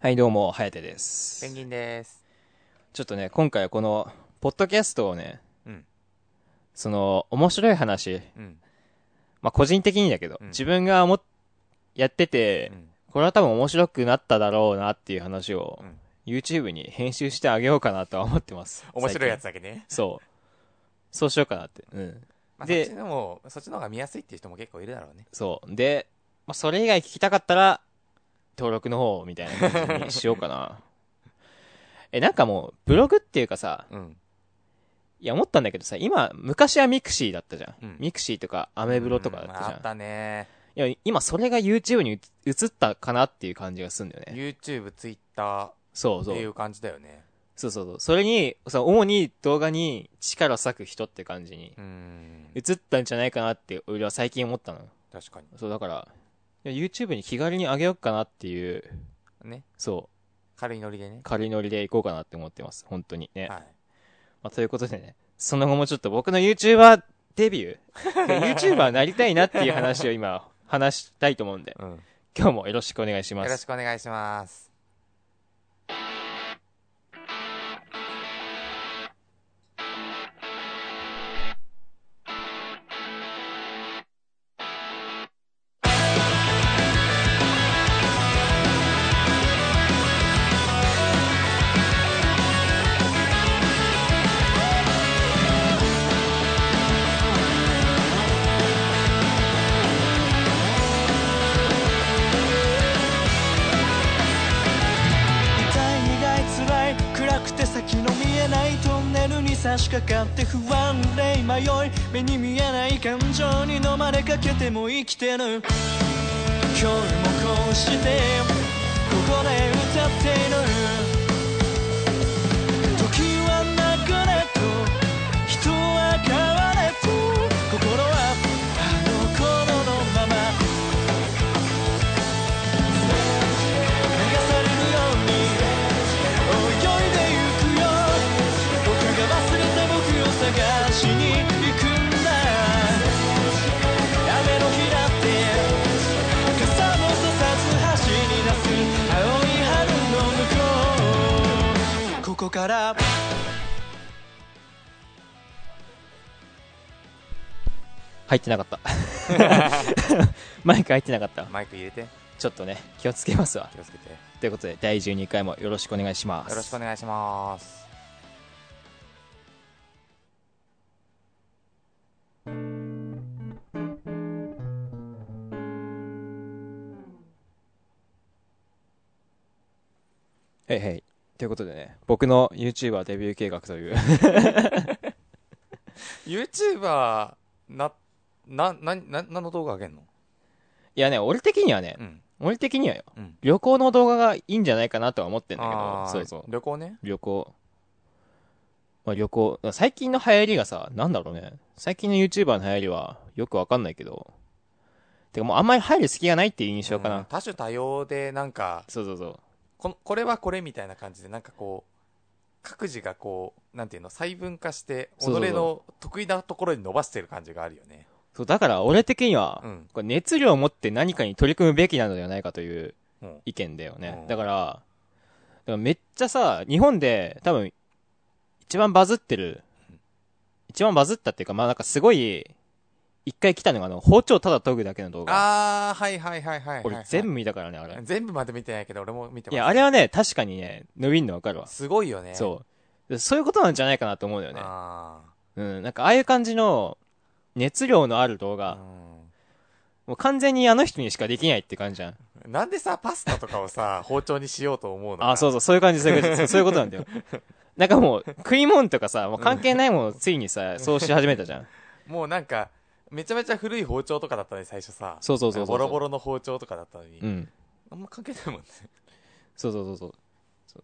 はい、どうも、はやてです。ペンギンです。ちょっとね、今回はこの、ポッドキャストをね、うんその、面白い話、うん。まあ、個人的にだけど、うん自分が思っやってて、うんこれは多分面白くなっただろうなっていう話を、うん YouTube に編集してあげようかなとは思ってます。面白いやつ最だけね。近。そう。そうしようかなって。うん。まあ、そでっちのも、そっちの方が見やすいっていう人も結構いるだろうね。そう。で、まあ、それ以外聞きたかったら、登録の方みたいな感じにしようか な。え、なんかもう、ブログっていうかさ、うん。いや、思ったんだけどさ、今、昔はミクシーだったじゃん。うんミクシーとか、アメブロとかだっうんたじあゃったね。ん。いや、今それが YouTube に移ったかなっていう感じがするんだよね。 YouTube、Twitter そうっそ。ていうう感じだよね。そうそうそう。それに、その主に動画に力を割く人って感じにうん。移ったんじゃないかなって、俺は最近思ったの。確かに。そう、だから、いや YouTube に気軽に上げようかなっていう、ね。そ軽いノリでねう、。軽いノリでいこうかなって思ってます。本当にね。はい。まあ、ということでね、その後もちょっと僕の YouTuber デビュー、YouTuber になりたいなっていう話を今、話したいと思うんで、うん。よ今日もよろしくお願いしまろしす。くお願いします。痛い苦い辛い暗くて先の見えないトンネルに差し掛かって不安で迷い目に見えない感情に飲まれかけても生きてる今日もこうしてここで歌っている時は流れと人は変われと心はあの頃のまま流されるように泳いでゆくよ僕が忘れた僕を探しに行くんだ雨の日だって傘もささず走り出す青い春の向こうここから入ってなか った。マイク入ってなかった。マイク入れて。ちょっとね、気をつけますわ。気をつけて。よということで、第12回もよろしくお願いします。ろしくお願いします。はいはい。ということでね、僕の YouTuber デビュー計画という、 YouTuber、な、な、な、な、何の動画あげんのいやね、俺的にはねう、ん。俺的にはよ、うん。旅行の動画がいいんじゃないかなとは思ってんだけあど、ーそうそう。旅行ね。旅行。まあ、旅行。最近の流行りがさ、なんだろうね。最近の YouTuber の流行りはよくわかんないけど。てかもうあんまり入る隙がないっていう印象かな。うん多種多様で、なんか、そうそうそう。このこれはこれみたいな感じでなんかこう各自がこうなんていうの細分化して己そうそうそうの得意なところに伸ばしてる感じがあるよねそう、だから俺的には、うんこれ熱量を持って何かに取り組むべきなのではないかといううん意見だよね。うんだから、だからめっちゃさ、日本で多分、一番バズってる、一番バズったっていうか、まあなんかすごい、一回来たのがあの、包丁ただ研ぐだけの動画。ああはいはいはいはいはい俺全部部見たからね、あれ。全部まで見てないけど俺も見てますいや、あれはね、確かにね、伸びんのわかるわ。すごいよねうそう。そういうことなんじゃないかなと思うよね。あうん。なんか、ああいう感じの、熱量のある動あ画、もう完全にあの人にしかできないって感じじゃん。うんなんでさパスタとか をさ包丁にしようと思うのあ、そううそう、そういう感じ、そういう感じ、そうそういうこと なんだよ。なんかもう、食い物とかさ、もう関係ないものをついにさ、そうし始めたじゃん。もうなんかめちゃめちゃ古い包丁とかだったね最初さそうそうそうそうボロボロの包丁とかだったのに、うん。あんま関係ないもんねそうそうそうそう。そう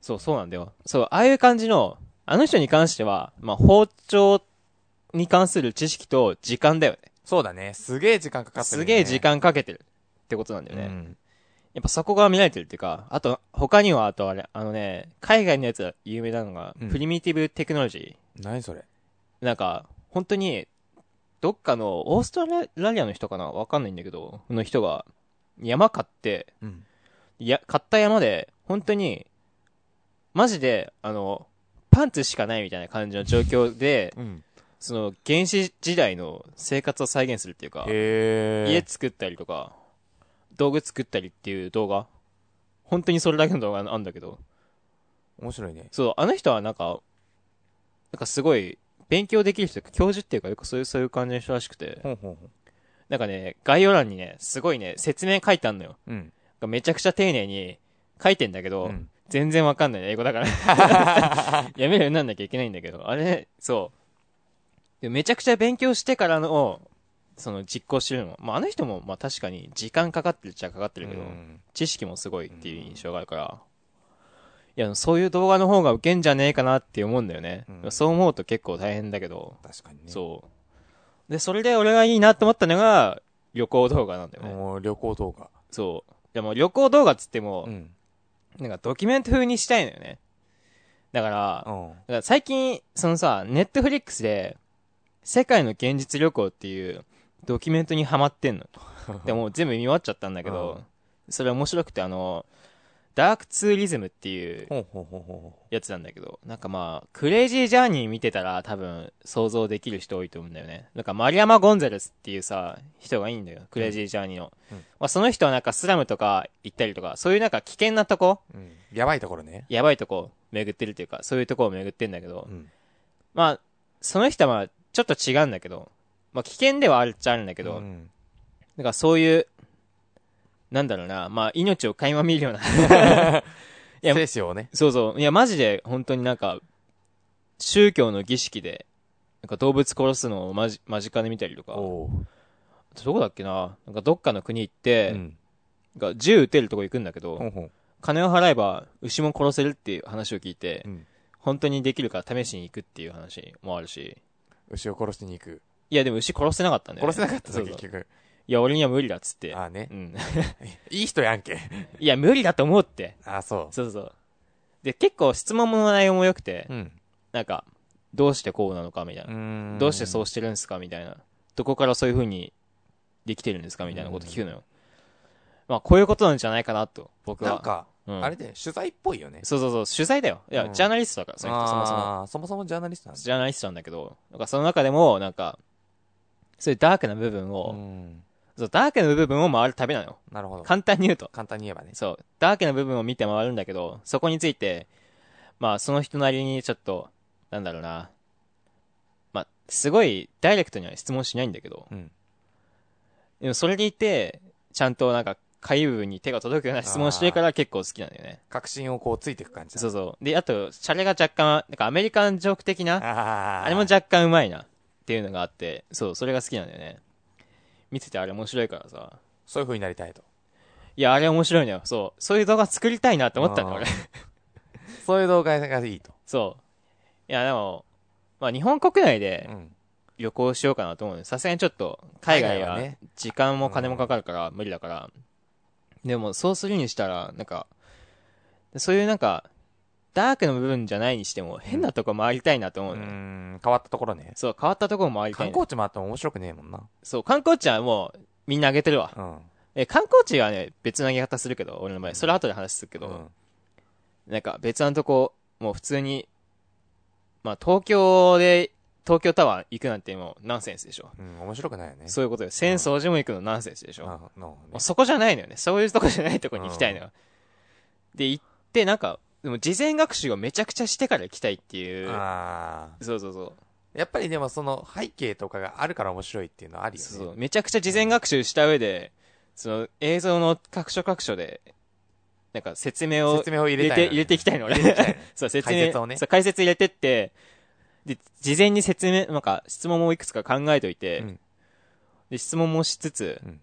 そう、そうなんだよ。そう、ああいう感じの、あの人に関しては、まあ、包丁に関する知識と時間だよね。そうだねすげえ時間かかってる、すね、げえ時間かけてるってことなんだよね。うんやっぱそこが見られてるっていうか、あと、他には、あとあれ、あのね、海外のやつが有名なのが、うんプリミティブテクノロジ何それー。なんか、本当に、どっかの、オーストラリアの人かなわかんないんだけど、の人が、山買って、うんいや、買った山で、本当に、マジで、あの、パンツしかないみたいな感じの状況で、うん。その、原始時代の生活を再現するっていうか、へえ。家作ったりとか、道具作ったりっていう動画本当にそれだけの動画があるんだけど、面白いね。そう、あの人はなんか、なんかすごい、勉強できる人、教授っていうか、よくそういう、そういう感じの人らしくて、ほんほんほん。なんかね、概要欄にね、すごいね、説明書いてあんのよ。うん。めちゃくちゃ丁寧に書いてんだけど、うん全然わかんないね、英語だから。 やめるようになんなきゃいけないんだけど、あれ、そう。でめちゃくちゃ勉強してからの、その実行してるの。まあ、あの人も、まあ確かに時間かかってるっちゃかかってるけど、うん知識もすごいっていう印象があるから、いや、そういう動画の方がウケんじゃねえかなって思うんだよね。うんそう思うと結構大変だけど、確かにね。そう。で、それで俺がいいなと思ったのが、旅行動画なんだよね。もう旅行動画。そう。でも旅行動画っつっても、ん。なんかドキュメント風にしたいのよね。だから、だうん。から最近、そのさ、ネットフリックスで、世界の現実旅行っていうドキュメントにハマってん の。でもう全部見終わっちゃったんだけど、それ面白くて、あの、ダークツーリズムっていうほんほんほんほんほやつなんだけど、なんかまあ、クレイジージャーニー見てたら多分想像できる人多いと思うんだよね。なんかマリアマ・ゴンザレスっていうさ、人がいいんだよ。クレイジージャーニーの。うんまあその人はなんかスラムとか行ったりとか、そういうなんか危険なとこ、ん。うん。やばいところね。やばいとこ巡ってるっていうか、そういうとこを巡ってんだけど、うん。まあ、その人はまあ、ちょっと違うんだけど、まあ危険ではあるっちゃあるんだけど、うん。なんかそういう、なんだろうな、まあ命を垣間見るような。 いや生死をね。そうそう。いや、マジで、本当になんか、宗教の儀式で、なんか動物殺すのを間じ間近で見たりとか、おう。どこだっけななんかどっかの国行って、うん。なんか銃撃てるとこ行くんだけど、ほんほん。金を払えば牛も殺せるっていう話を聞いて、うん本当にできるから試しに行くっていう話もあるし、牛を殺しに行く。いやでも牛殺せなかったんだよね殺せなかったぞ、そう結そう局。いや、俺には無理だっつって。ああねう。ん。 いい人やんけ。いや、無理だと思うって。ああ、そそうそう。で、結構質問の内容も良くて、う。うん。なんか、どうしてこうなのかみたいな。んどうしてそうしてるんですかみたいな。どこからそういう風にできてるんですかみたいなこと聞くのよ。まあ、こういうことなんじゃないかなと、僕は。なんか、うんあれだよ、取材っぽいよね。そうそうそう、取材だよ。いや、うんジャーナリストだから、その人そもそも。あーそもそもジャーナリストなんだ。ジャーナリストなんだけど、なんかその中でも、なんか、そういうダークな部分を、うん。そう、ダークな部分を回る旅なの。なるほど。簡単に言うと。簡単に言えばね。そう、ダークな部分を見て回るんだけど、そこについて、まあ、その人なりにちょっと、なんだろうな。まあ、すごいダイレクトには質問しないんだけど、うん。でもそれでいて、ちゃんとなんか、かゆい部分に手が届くような質問をしてるから結構好きなんだよね。確信をこうついていく感じだ。そうそう。で、あと、シャレが若干、なんかアメリカンジョーク的な、ああ。あれも若干うまいな、っていうのがあって、そう、それが好きなんだよね。見ててあれ面白いからさ。そういう風になりたいと。いや、あれ面白いのよ。そう。そういう動画作りたいなって思ったんだ、あー俺。そういう動画がいいと。そう。いや、でも、まあ日本国内でうん。旅行しようかなと思うのさすがにちょっと、海外はね。時間も金もかかるから、無理だから。でも、そうするにしたら、なんか、そういうなんか、ダークの部分じゃないにしても、変なとこ回りたいなとう思うのよ、ん。変わったところね。そう、変わったとこ回りたい観な、光地もあっても面白くねえもんな。そう、観光地はもう、みんなあげてるわ。うん。え、観光地はね、別の上げ方するけど、俺の場合。それ後で話するけど、うんなんか別のとこ、もう普通に、まあ東京で、東京タワー行くなんてもうナンセンスでしょ。うん。面白くないよね。そういうことよ。浅草寺も行くのナンセンスでしょ。あもなるほどねうそこじゃないのよね。そういうとこじゃないとこに行きたいのよ。で、行って、なんか、でも事前学習をめちゃくちゃしてから行きたいっていう。ああ。そうそうそう。やっぱりでもその背景とかがあるから面白いっていうのはありよね。そうそう。めちゃくちゃ事前学習した上で、その映像の各所各所で、なんか説明を説明を入入れれたいて、のね、入れていきたいの、俺。きたいのそう、説明。解説をねそう、解説入れてって、で、事前に説明、なんか、質問もいくつか考えといて、うんで、質問もしつつ、うん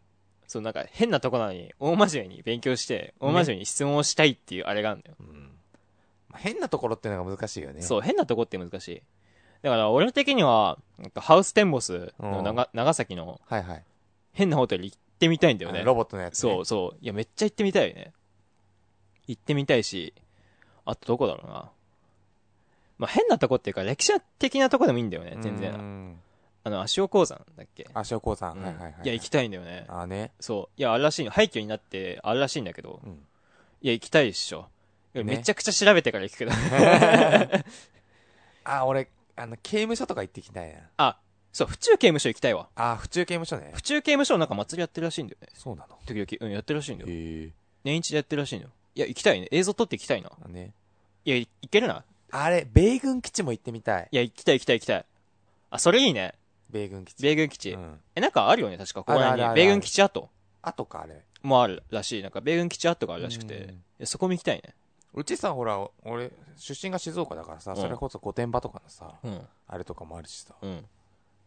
そう、なんか、変なとこなのに、大真面目に勉強して、大真面目に質問をしたいっていうあれがあるんだよ。うんまあ変なところっていうのが難しいよね。そう、変なとこって難しい。だから、俺的には、なんかハウステンボスの長長崎のはいはい。変なホテル行ってみたいんだよあのね。ロボットのやつ、ね。そうそう。いや、めっちゃ行ってみたいよね。行ってみたいし、あとどこだろうな。まあ、変なとこっていうか、歴史的なとこでもいいんだよね、全然。然。あの、足尾鉱山だっけあ、塩鉱山。うんはいはいはい。いや、行きたいんだよね。ああね。そう。いや、あるらしいの。廃墟になって、あるらしいんだけど、うん。いや、行きたいっしょ。いやねめちゃくちゃ調べてから行くけど。 あ、俺、あの、刑務所とか行ってきたいな。あ、 そう、府中刑務所行きたいわ。あ、府中刑務所ね府。中刑務所なんか祭りやってるらしいんだよね。そうなの。時々。うん、やってるらしいんだよ。へ年一でやってるらしいんだよ。いや、行きたいね。映像撮って行きたいな。え。ね。いや、行けるな。あれ、米軍基地も行ってみたい。いや、行きたい行きたい行きたい。あ、それいいね。米軍基地。米軍基地。うん。え、なんかあるよね、確か。ここあるあるあるあらに。る米軍基地跡あとか、あれ。もあるらしい。なんか、米軍基地跡があるらしくて。うんいやそこも行きたいね。うちさ、ほら、俺、出身が静岡だからさ、んそれこそ御殿場とかのさ、うん。あれとかもあるしさ、うん。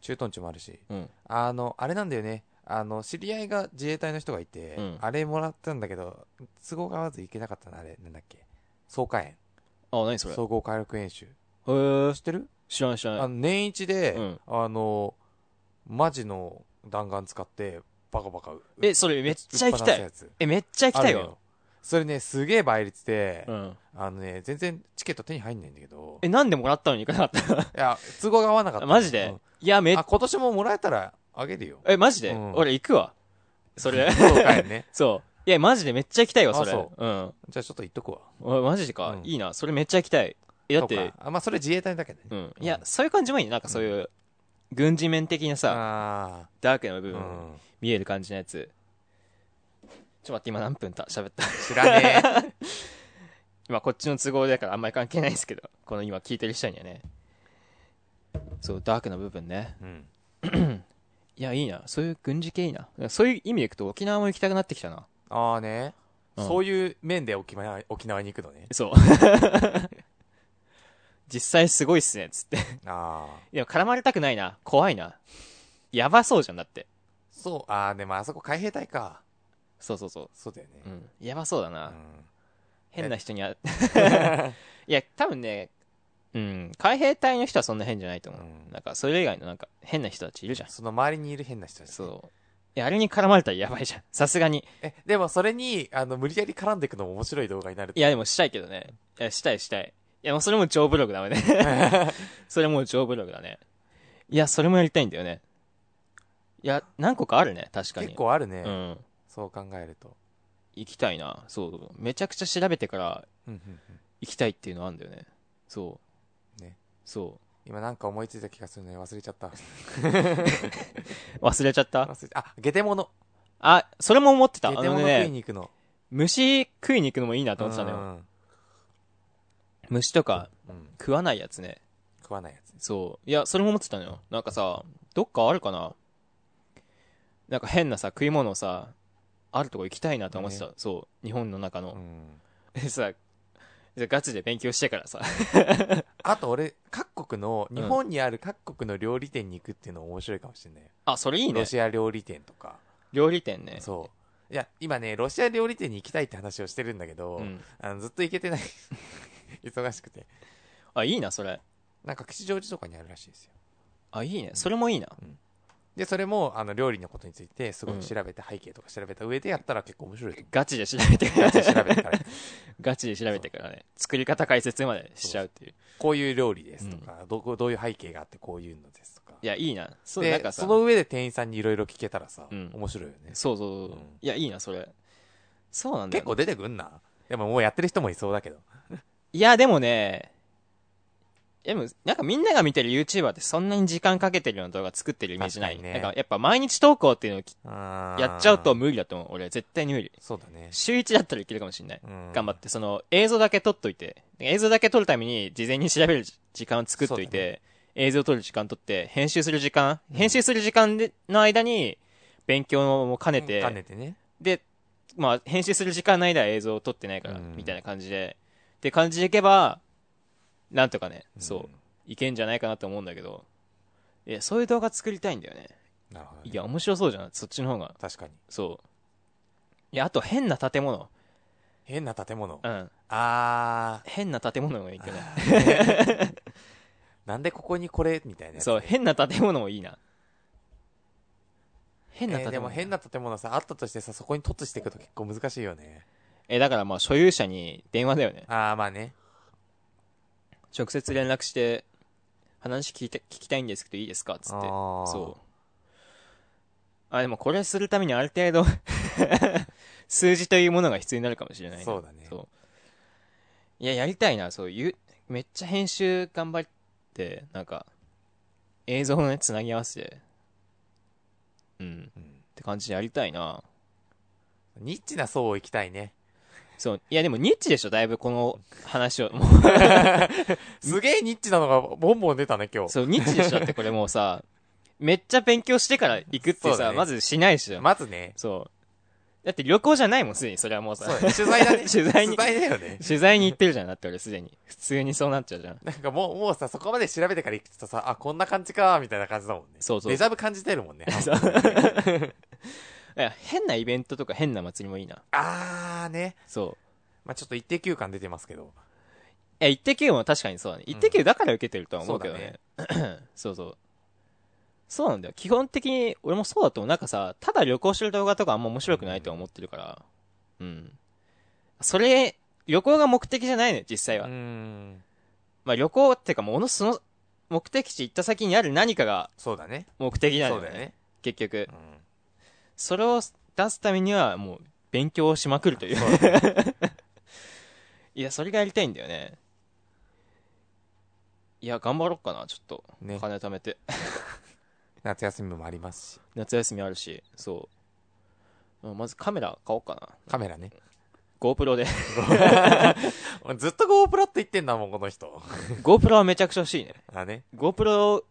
駐屯地もあるし、うん。あの、あれなんだよね。あの、知り合いが自衛隊の人がいて、うんあれもらったんだけど、都合がまず行けなかったな、あれ、なんだっけ。総火炎。あ、何それ。へ総合火力演習。えー知っ、てる知らない知らあなのい。年一で、うんあの、マジの弾丸使って、バカバカ撃っえ、それめっちゃ行きた撃い。っ放すやつえ、めっちゃ行きたいあるのよ。それね、すげえ倍率で、うん。あのね、全然チケット手に入んないんだけど、え、なんでもらったのに行かなかっいや、都合が合わなかったた。 マジうでんいや、めっあ、今年ももらえたらあげるよ。え、マジでうん俺行くわ。それ。そうかいね。 そう。いや、マジでめっちゃ行きたいわ、あそれ。そうん。じゃあちょっと行っとくわ。おマジでかう。んいいな。それめっちゃ行きたい。え、だっそうてか、あまあそれ自衛隊だけどね。うん。いや、そういう感じもいいね。なんかそういう、軍事面的なさ、あダークな部あ、う分、ん。見える感じのやつ。ちょっと待って、今何分た喋った。 知らねえ。今こっちの都合だからあんまり関係ないですけど、この今聞いてる人にはね。そう、ダークな部分ね。 うん。いや、いいな。そういう軍事系いいな。そういう意味でいくと沖縄も行きたくなってきたな。ああね。うんそういう面で沖縄沖縄に行くのね。そう。 実際すごいっすね、つって。ああ。でも絡まれたくないな。怖いな。やばそうじゃんだって。そう、ああ、でもあそこ海兵隊か。そうそうそそうだよねう。う。ん。やばそうだうな。ん。変な人にあ、 いや、多分ね、うん。海兵隊の人はそんな変じゃないと思う。うんなんか、それ以外のなんか、変な人たちいるじゃん。その周りにいる変な人たち。そう。いや、あれに絡まれたらやばいじゃん。 さすがに。え、でもそれに、あの、無理やり絡んでいくのも面白い動画になる。いや、でもしたいけどね。いや、したいしたい。いや、もうそれも超ブログだわね。 それもう超ブログだね。いや、それもやりたいんだよね。いや、何個かあるね、確かに。結構あるね。うん。そう考えると。行きたいな。そう。めちゃくちゃ調べてからうんうんうん行きたいっていうのあるんだよね。そう。ね。そ今なんか思いついた気がするね。忘れちゃった。 う。忘れちゃった忘れちゃあ、ゲテモノ。あ、それも思ってた。ゲあテのモノ食いね、に行くの。虫食いに行くのもいいなと思ってたのよ。ん虫とかうん。食わないやつね。食わないやつ。そう。いや、それも思ってたのよ。なんかさ、どっかあるかななんか変なさ、食い物をさ、あるとこ行きたいなと思ってた。そう。日本の中うの。 ん。でさ、じゃあガチで勉強してからさ。あと俺、各国の、ん日本にある各国の料理店に行くっていうのも面白いかもしれないよ。 あ、それいいねロ。シア料理店とか。料理店ね。そう。いや、今ね、ロシア料理店に行きたいって話をしてるんだけど、うんあのずっと行けてない。 忙しくて。あ、いいな、それ。なんか吉祥寺とかにあるらしいですよ。あ、いいね。それもいいな。で、それも、あの、料理のことについて、すごうんい調べて、背景とか調べた上でやったら結構面白いと思ガチで調べてう。かガチ らで。調べてから。ガチで調べてからね。作り方解説までしちゃうっていう。こういう料理ですとか、どこどういう背景があってこういうのですとか。いや、いいな。そう、なんで、かさ。その上で店員さんにいろいろ聞けたらさ、うん面白いよね。そうそうそう。うんいや、いいな、それ。そうなんだよ結ね、構出てくんな。でももうやってる人もいそうだけど。いや、でもね、でも、なんかみんなが見てる YouTuber ってそんなに時間かけてるような動画作ってるイメージない。確かになねんかやっぱ毎日投稿っていうのをきややっちゃうと、無理だと思う。俺絶対に無理。そうだね。週1だったらいけるかもしれない。うん頑張って、その映像だけ撮っといて、映像だけ撮るために事前に調べる時間を作っといそうだて、映像撮る時間取って、編集する時間、編集する時間での間に勉強も兼ねて、兼ねてね。で、まあ、編集する時間の間は映像を撮ってないから、うんみたいな感じで、って感じでいけば、なんとかね、うそんう、いけんじゃないかなと思うんだけど、いや、そういう動画作りたいんだよね。なるほどね。いや、面白そうじゃん、そっちの方が。確かに。そう。いや、あと変な建物。変な建物う。ん。あ変な建物もいいけど ね。ー、なんでここにこれみたいなやつねそう、変な建物もいいな。変なえー建でも物。変な建物さ、あったとしてさ、そこに突していくと結構難しいよね。え、だからまあ、所有者に電話だよね。あー、まあね。直接連絡して、話聞いて、聞きたいんですけどいいですかつって。あーそう。あ、でもこれするためにある程度、 数字というものが必要になるかもしれないなそうだねそういややりたいなそういうめっちゃ編集頑張ってなんか映像をねつなぎ合わせてうんって感じでやりたいなニッチな層を行きたいね。そういやでもニッチでしょだいぶこの話をもすげえニッチなのがボンボン出たね、今う日。そうニッチでしょだってこれもう さめっちゃ勉強してから行くってそうさ、だねまずしないでしょまずね、そう。だって旅行じゃないもん、すでに。それはもうさ。そうね取材だね。取材に、だよね。 取材に行ってるじゃん。だって俺すでに。普通にそうなっちゃうじゃん。なんかもう、もうさ、そこまで調べてから行くとさ、あ、こんな感じか、みたいな感じだもんね。そうそうデジャブ感じてるも んね。いや変なイベントとか変な祭りもいいな。 あーね。そう。まあちょっと一定休感出てますけど。え、一滴も確かにそうだね。一滴だから受けてるとは思うけどね。 そうそう。そうなんだよ。基本的に、俺もそうだと思う。なんかさ、ただ旅行してる動画とかあんま面白くないとは思ってるから。うん。それ、旅行が目的じゃないのよ、実際うは。ん。まあ旅行っていうか、ものその、目的地行った先にある何かがそうだね。目的なんだよそうだよね。ね。結局う。んそれを出すためには、もう、勉強をしまくるという。いや、それがやりたいんだよね。いや、頑張ろうかな、ちょっと。ねお金貯めて。夏休みもありますし。夏休みあるし、そう。まあまずカメラ買おうかな。カメラね。 GoPro で。 ずっと GoPro って言ってんだもん、この人。 GoPro はめちゃくちゃ欲しいね。あね。 GoPro っ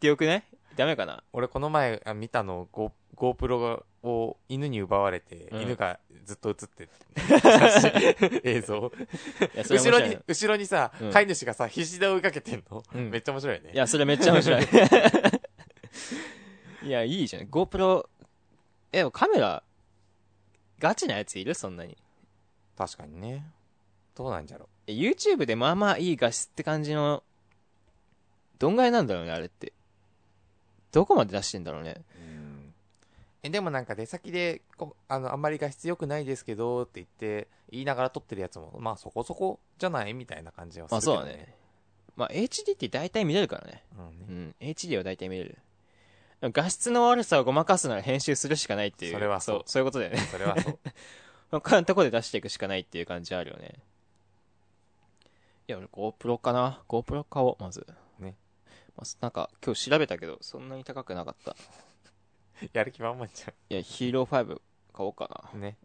てよくねダメかな俺この前あ見たの Go- GoPro を犬に奪われて、うん犬がずっと 映ってる映像いや、それ面後白ろいねに後ろにさ、うん飼い主がさ必死で追いかけてんの、うんめっちゃ面白いよねいや、それめっちゃ面白い。 いや、いいじゃん。GoPro、え、でもカメラ、ガチなやついるそんなに。確かにねどうなんじゃろえ YouTube でまあまあいい画質って感じの、どんぐらいなんだろうね、あれって。どこまで出してんだろうね。う、えでもなんか出先でこあのあんまり画質良くないですけどって言って言いながら撮ってるやつもまあそこそこじゃないみたいな感じはすまあるけど、そうだね。まあ HD って大体見れるからね。うんねうん。HD は大体見れる。でも画質の悪さをごまかすなら編集するしかないっていう。それはそうそう。そういうことだよね。 それはそう他のとこで出していくしかないっていう感じあるよね。いや、俺 GoPro かな。GoPro 買おう、まず。ね。まず、なんか、今日調べたけど、そんなに高くなかった。やる気満々じいや、ヒーロー5買おうかな。ゃんね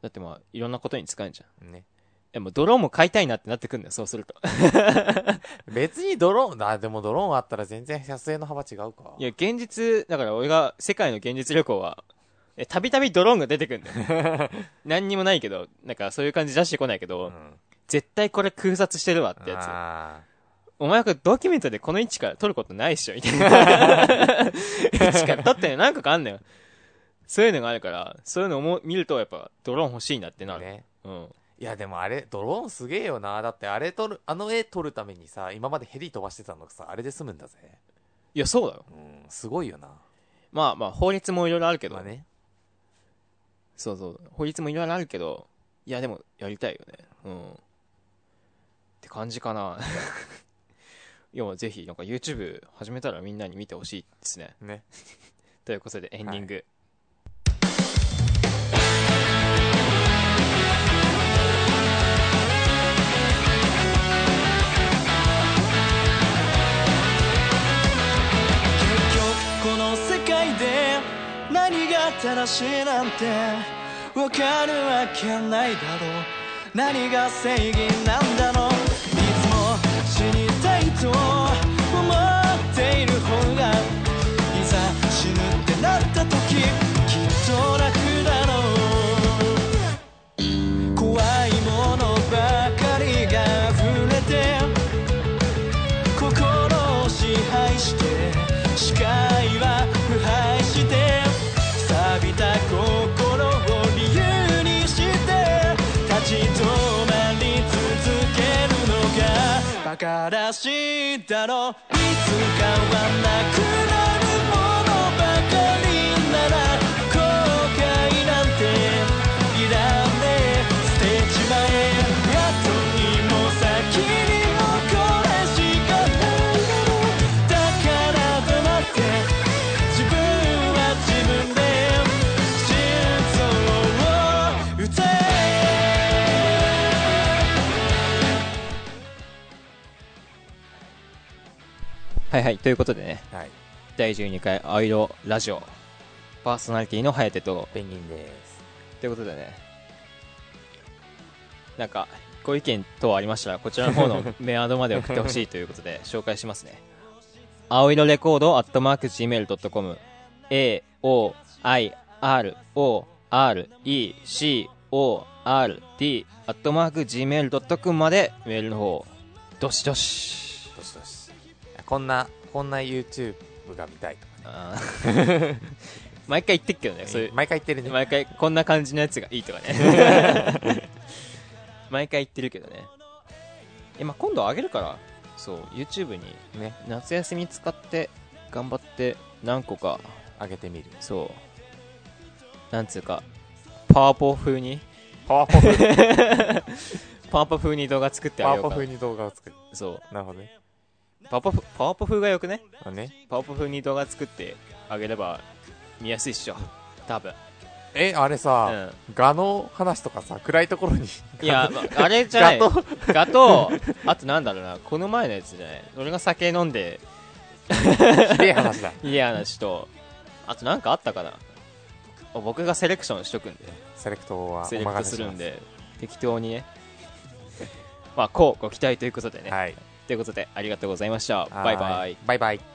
だってまあ、いろんなことに使えんじゃん。ねえ、もうドローンも買いたいなってなってくんだよ、そうすると。 別にドローンあでもドローンあったら全然撮影の幅違うかいや、現実、だから俺が世界の現実旅行は、え、たびたびドローンが出てくんだよ。 何にもないけど、なんかそういう感じ出してこないけど、うん絶対これ空撮してるわってやつ。あお前はドキュメントでこの位置から撮ることないっしょみたいな。 位置から撮ってねなんかあんのよ。そういうのがあるから、そういうのをも見るとやっぱドローン欲しいなってなーる。ねうん。いやでもあれドローンすげえよなだってあれ撮るあの絵撮るためにさ今までヘリ飛ばしてたのがさあれで済むんだぜいや、そうだよ。うんすごいよなまあまあ、法律もいろいろあるけど、まあねそうそう。法律もいろいろあるけど、いや、でもやりたいよね。うん。って感じかな。 いや、ぜひ、なんか YouTube 始めたらみんなに見てほしいですね。ねということでエンディング、結局この世界で何が正しいなんてわかるわけないだろう何が正義なんだろういつも死にたいと思っている方がいざ死ぬってなった時きっと楽だろう怖いものばかりが溢れて心を支配して視界は腐敗して錆びた心を理由にして立ち止まり続けるのが馬鹿らしいだろういつかはなくなるものばかりなら後悔なんていらねえ捨てちまえ後にも先にもこれしかないだろうだからとなって自分は自分で心臓をはいはい、ということでね、はい第12回アイドラジオ、パーソナリティのハヤテと、ペンギンですということでね、なんか、ご意見等ありましたら、こちらの方のメアドまで送ってほしいということで、紹介しますね。青色レコードアットマーク Gmail.com、A, O, I, R, O, R, E, C, O, R, D アットマーク Gmail.com までメールの方、どしどし。どしどしこんなこんな YouTube が見たいとかねあー毎回言ってっけどね、そういう毎回言ってるね毎回こんな感じのやつがいいとかね毎回言ってるけどねえ、まあ、今度あげるからそう YouTube にね夏休み使って頑張って何個か上げてみるそうなんつうかパワポ風にパワーポフパワポ風に動画作ってあパワげーよポうかフに動画を作るそうなるほどねパワポ風パワポ風がよくねあねパワポ風に動画作ってあげれば見やすいっしょ多分えあれうさ、ん画の話とかさ暗いところにいや、まあ、あれじゃな画いとガと、あとなんだろうな、この前のやつじゃない俺が酒飲んで、ひでえ話だいい話と、あとなんかあったかなあ僕がセレクションしとくんで、セレクトはおセレクト任せすしるまんすで、適当にね。まあ、こうご期待ということでね。はいということで、ありがとうございました。はーいバイバイ。バイバイ